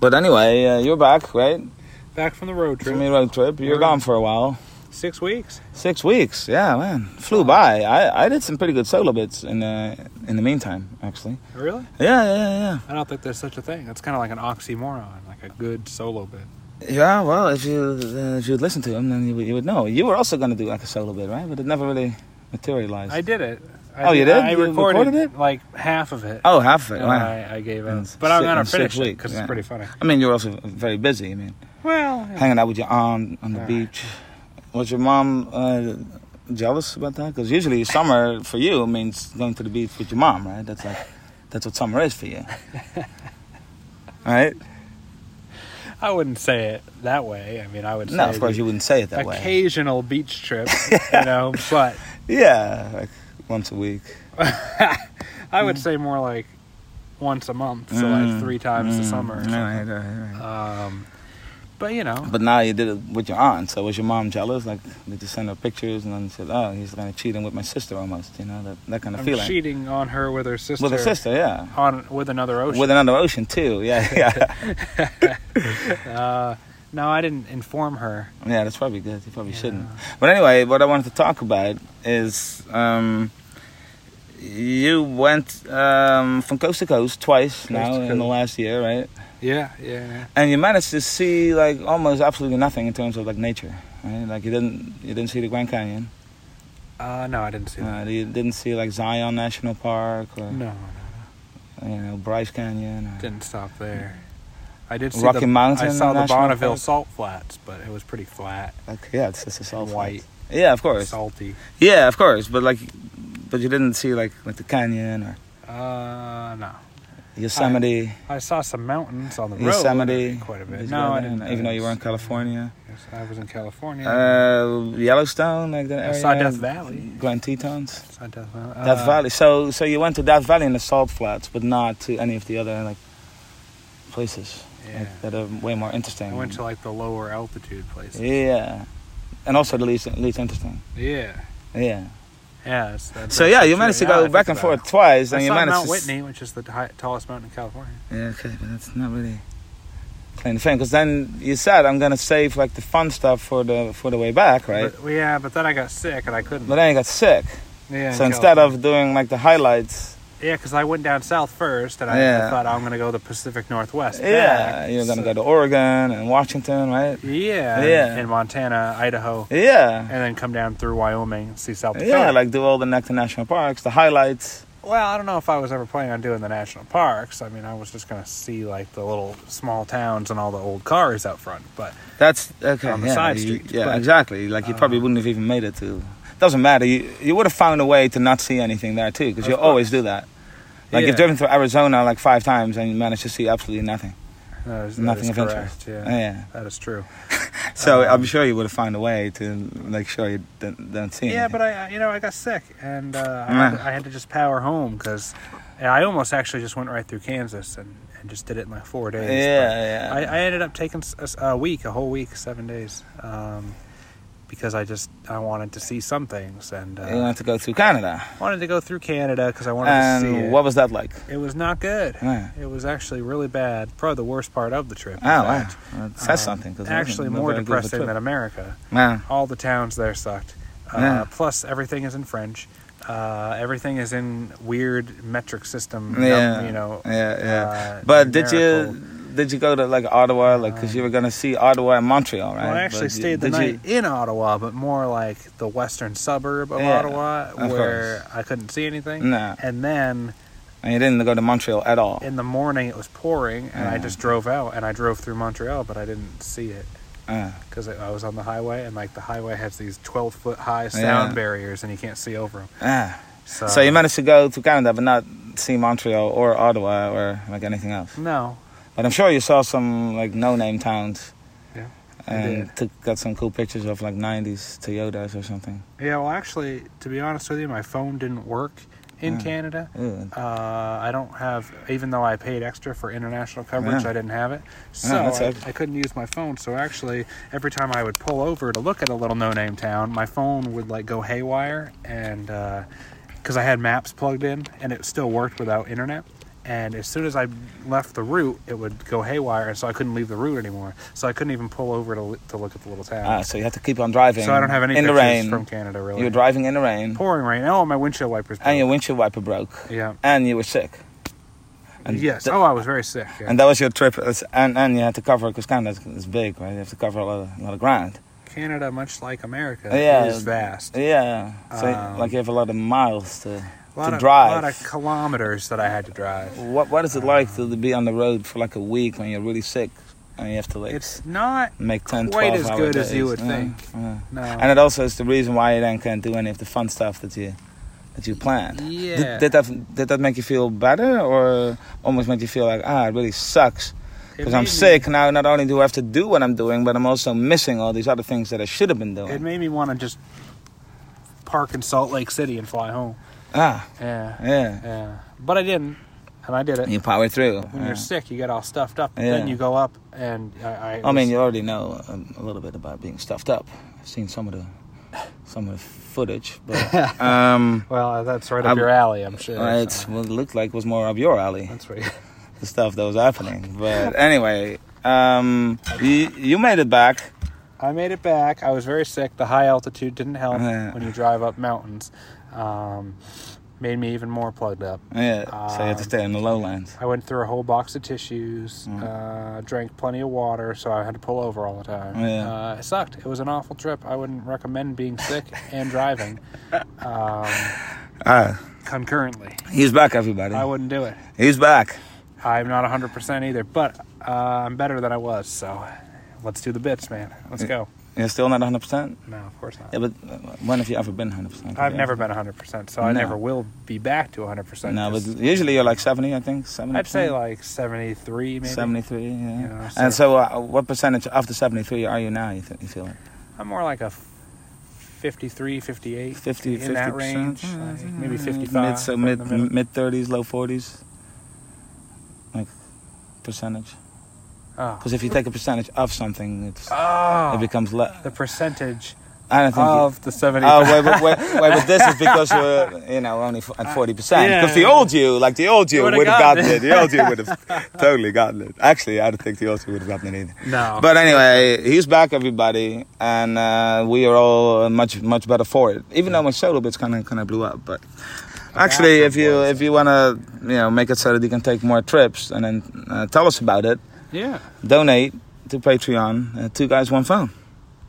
But anyway, uh, you're back, right? Back from the road From trip. your road trip. You're We're- gone for a while. Six weeks. Six weeks. Yeah, man, flew by. I, I did some pretty good solo bits in the in the meantime, actually. Really? Yeah, yeah, I don't think there's such a thing. That's kind of like an oxymoron, like a good solo bit. yeah. Yeah. Well, if you uh, if you'd listen to him, then you, would- you would know. You were also going to do like a solo bit, right? But it never really materialized. I did it. I Oh, you did? I You recorded, recorded it? like half of it. oh, half of it. and Wow. I, I gave In up. s- But I'm si- gonna in six finish it weeks, because yeah. it's pretty funny. I mean, you're also very busy. I mean, Well, yeah. hanging out with your aunt on the Right. beach. Was your mom uh, jealous about that? Because usually summer for you means going to the beach with your mom, right? That's like that's what summer is for you, right? I wouldn't say it that way. I mean, I would say No, of course the you wouldn't say it that way. occasional beach trip, you know. But Yeah, like once a week. I would say more like once a month, so Mm, like three times a mm, Ah, summer. Or all right, something. all right, all right. Um, but you know, But now you did it with your aunt. So was your mom jealous? Like did you send her pictures and then said, "Oh, he's kind of cheating with my sister almost," you know, that that kind of I'm feeling. cheating on her with her sister. Oh, with her sister, yeah. on with another ocean. With another ocean too, yeah, yeah, uh, no, I didn't inform her. yeah. That's probably good. You probably Yeah. shouldn't. But anyway, what I wanted to talk about is um, you went um, from coast to coast twice now to in the coast. last year, right? Yeah, yeah. And you managed to see like almost absolutely nothing in terms of like nature, right? Like you didn't you didn't see the Grand Canyon, Uh, no, I didn't see that. uh, you didn't see like Zion National Park or Uh, No, you know Bryce Canyon. Or, didn't stop there. I did see Rocky the, Mountain I saw the National Bonneville Park? salt flats, but it was pretty flat, like yeah, it's just a salt flat. white, Yeah, of course. salty. Yeah, of course. But like, but you didn't see like like the canyon or Uh, no. Yosemite. I saw some mountains on the road. Yosemite. quite a bit. Did No, go I there? didn't. Even though you were in uh, California. Yes, I was in California. Uh, Yellowstone, like that I area. saw Death Valley. Grand Tetons. Saw Death Valley. Death Uh, Valley. So, so you went to Death Valley and the Salt Flats, but not to any of the other like places Yeah. like, that are way more interesting. I went to like the lower altitude places. Yeah. yeah, and also the least least interesting. Yeah. Yeah. it's- that's- So yeah, that's- you managed to yeah, I go think back and about it. forth twice, I and you saw managed Mount to s- Whitney, which is the ti- tallest mountain in California. Yeah, okay, but that's not really playing the thing. Because then you said I'm gonna save like the fun stuff for the for the way back, right? But, yeah, but then I got sick and I couldn't. But then you got sick, yeah. so instead of doing like the highlights, yeah, because I went down south first, and I, I Yeah. thought I'm gonna go the Pacific Northwest. yeah, back." you're gonna So- go to Oregon and Washington, right? Yeah. Yeah. In Montana, Idaho, Yeah, and then come down through Wyoming, see South Dakota. yeah, like do all the like, the national parks, the highlights. Well, I don't know if I was ever planning on doing the national parks. I mean, I was just going to see like the little small towns and all the old cars out front. But That's okay. On the yeah, side you- streets, yeah, but- exactly. Like you Uh, probably wouldn't have even made it to. Doesn't matter. You you would have found a way to not see anything there too, because Of you course. always do that. Like Yeah. you've driven through Arizona like five times and you managed to see absolutely nothing. that is, Nothing Nothing of correct. interest. Yeah, Yeah. that is true. So Um, I'm sure you would have found a way to make sure you don't, don't see Yeah, anything. but I, I- you know, I got sick and uh, I, had Mm. to, I had to just power home because I almost actually just went right through Kansas and, and just did it in like four days. but yeah, yeah. I, I ended up taking s- a s- a week, a whole week, seven days, um, because I just I wanted to see some things and you uh, want to go through Canada, I wanted to go through Canada because I wanted to see and it. what was that like? It was not good. Yeah. It was actually really bad. Probably the worst part of the trip. Oh in wow, fact. that says Um, something. 'cause it wasn't- Actually, not more very good of a depressing trip. than America. Wow. All the towns there sucked. Uh, Yeah. Plus, everything is in French. Uh, everything is in weird metric system. num- Yeah, you know. yeah, yeah. uh, but did numerical- you did you go to like Ottawa, like because you were gonna see Ottawa and Montreal, right? Well, I actually But you- stayed the did you- night in Ottawa, but more like the western suburb of Yeah, Ottawa, of where I couldn't see anything. no, And then and you didn't go to Montreal at all. in the morning, it was pouring, and I Yeah. just drove out, and I drove through Montreal, but I didn't see it. Uh, because I was on the highway, and like the highway has these twelve foot high sound Yeah. barriers, and you can't see over them. ah. So, so you managed to go to Canada, but not see Montreal or Ottawa or like anything else. No, But I'm sure you saw some like no-name towns. Yeah, I And did. took got some cool pictures of like '90s Toyotas or something. yeah. Well, actually, to be honest with you, my phone didn't work in Mm. Canada. Ooh. Uh, I don't have, even though I paid extra for international coverage, Yeah. I didn't have it, so that's I, it. I couldn't use my phone. So actually, every time I would pull over to look at a little no-name town, my phone would like go uh, haywire, and because I had maps plugged in, and it still worked without internet. and as soon as I left the route, it would go haywire, and so I couldn't leave the route anymore. So I couldn't even pull over to, l- to look at the little town. Ah, so you have to keep on driving. so I don't have any in the pictures rain. from Canada really. You were driving in the rain, pouring rain. Oh, my windshield wipers. and your broke. windshield wiper broke, yeah. and you were sick. And yes. th- oh, I was very sick. Yeah. And that was your trip, It's- and and you had to cover because Canada is big, right? You have to cover a lot of, a lot of ground. Canada, much like America, Yeah. is vast. Yeah, so Um, like you have a lot of miles to. a lot to of, drive. A lot of kilometers that I had to drive. What what is it like to be on the road for like a week when you're really sick and you have to like It's not. make 10, quite 12 as hour good as you days. would Yeah, think. yeah. No. And it also is the reason why you then can't do any of the fun stuff that you that you planned. yeah. Did, did that did that make you feel better or almost make you feel like ah it really sucks It because made I'm me- sick now. Not only do I have to do what I'm doing, but I'm also missing all these other things that I should have been It doing. made me want to just park in Salt Lake City and fly home. ah, Yeah. yeah. Yeah. But I didn't, and I did it. You power through. When Yeah. you're sick, you get all stuffed up. Yeah. Then you go up, and I. I, I mean, was- you already know um, a little bit about being stuffed up. I've seen some of the some of the footage, but um, well, that's right I- up your alley, I'm sure. well, it's so what it looked like was more up your alley, That's right. the stuff that was happening. But anyway, um, you, you made it back. I made it back. I was very sick. The high altitude didn't help Yeah. when you drive up mountains. Um, made me even more plugged up. Yeah, so you had to Um, stay in the lowlands. I went through a whole box of tissues, Mm. uh, drank plenty of water, so I had to pull over all the time. Yeah. Uh, it sucked. It was an awful trip. I wouldn't recommend being sick and driving um, Ah, concurrently. he's back, everybody. I wouldn't do it. He's back. I'm not 100% either, but uh, I'm better than I was, so let's do the bits, man. Let's go. You're still not 100%? No, of course not. Yeah, but uh, when have you ever been 100%? I've never been 100%, so I No. never will be back to 100%. No, but just- usually you're like 70, I think. 70 I'd say like 73, maybe. 73, yeah. Yeah, and so- so, uh, what percentage after 73 are you now, you, th- you feel? I'm more like a 53, 58. 50, in that 50%? range, Yeah, like maybe yeah, 55, Mm, Mid, so right in the mid, middle. mid 30s, low 40s? Like, percentage? Oh. Because if you take a percentage of something, it's, it Oh, becomes less. the percentage I don't think. you, of the 70. oh wait, but wait, wait, but this is because you're, you know, only f- at forty percent. Yeah. Because the old you, like the old you, Would've would have gotten gotten it. The old you would have totally gotten it. Actually, I don't think the old you would have gotten it either. no. But anyway, he's back, everybody, and uh, we are all much much better for it. Even though my solo bit's kind of kind of blew up, but actually, if you if you wanna you know make it so that you can take more trips and then uh, tell us about it, yeah. donate to Patreon, uh, two guys one phone.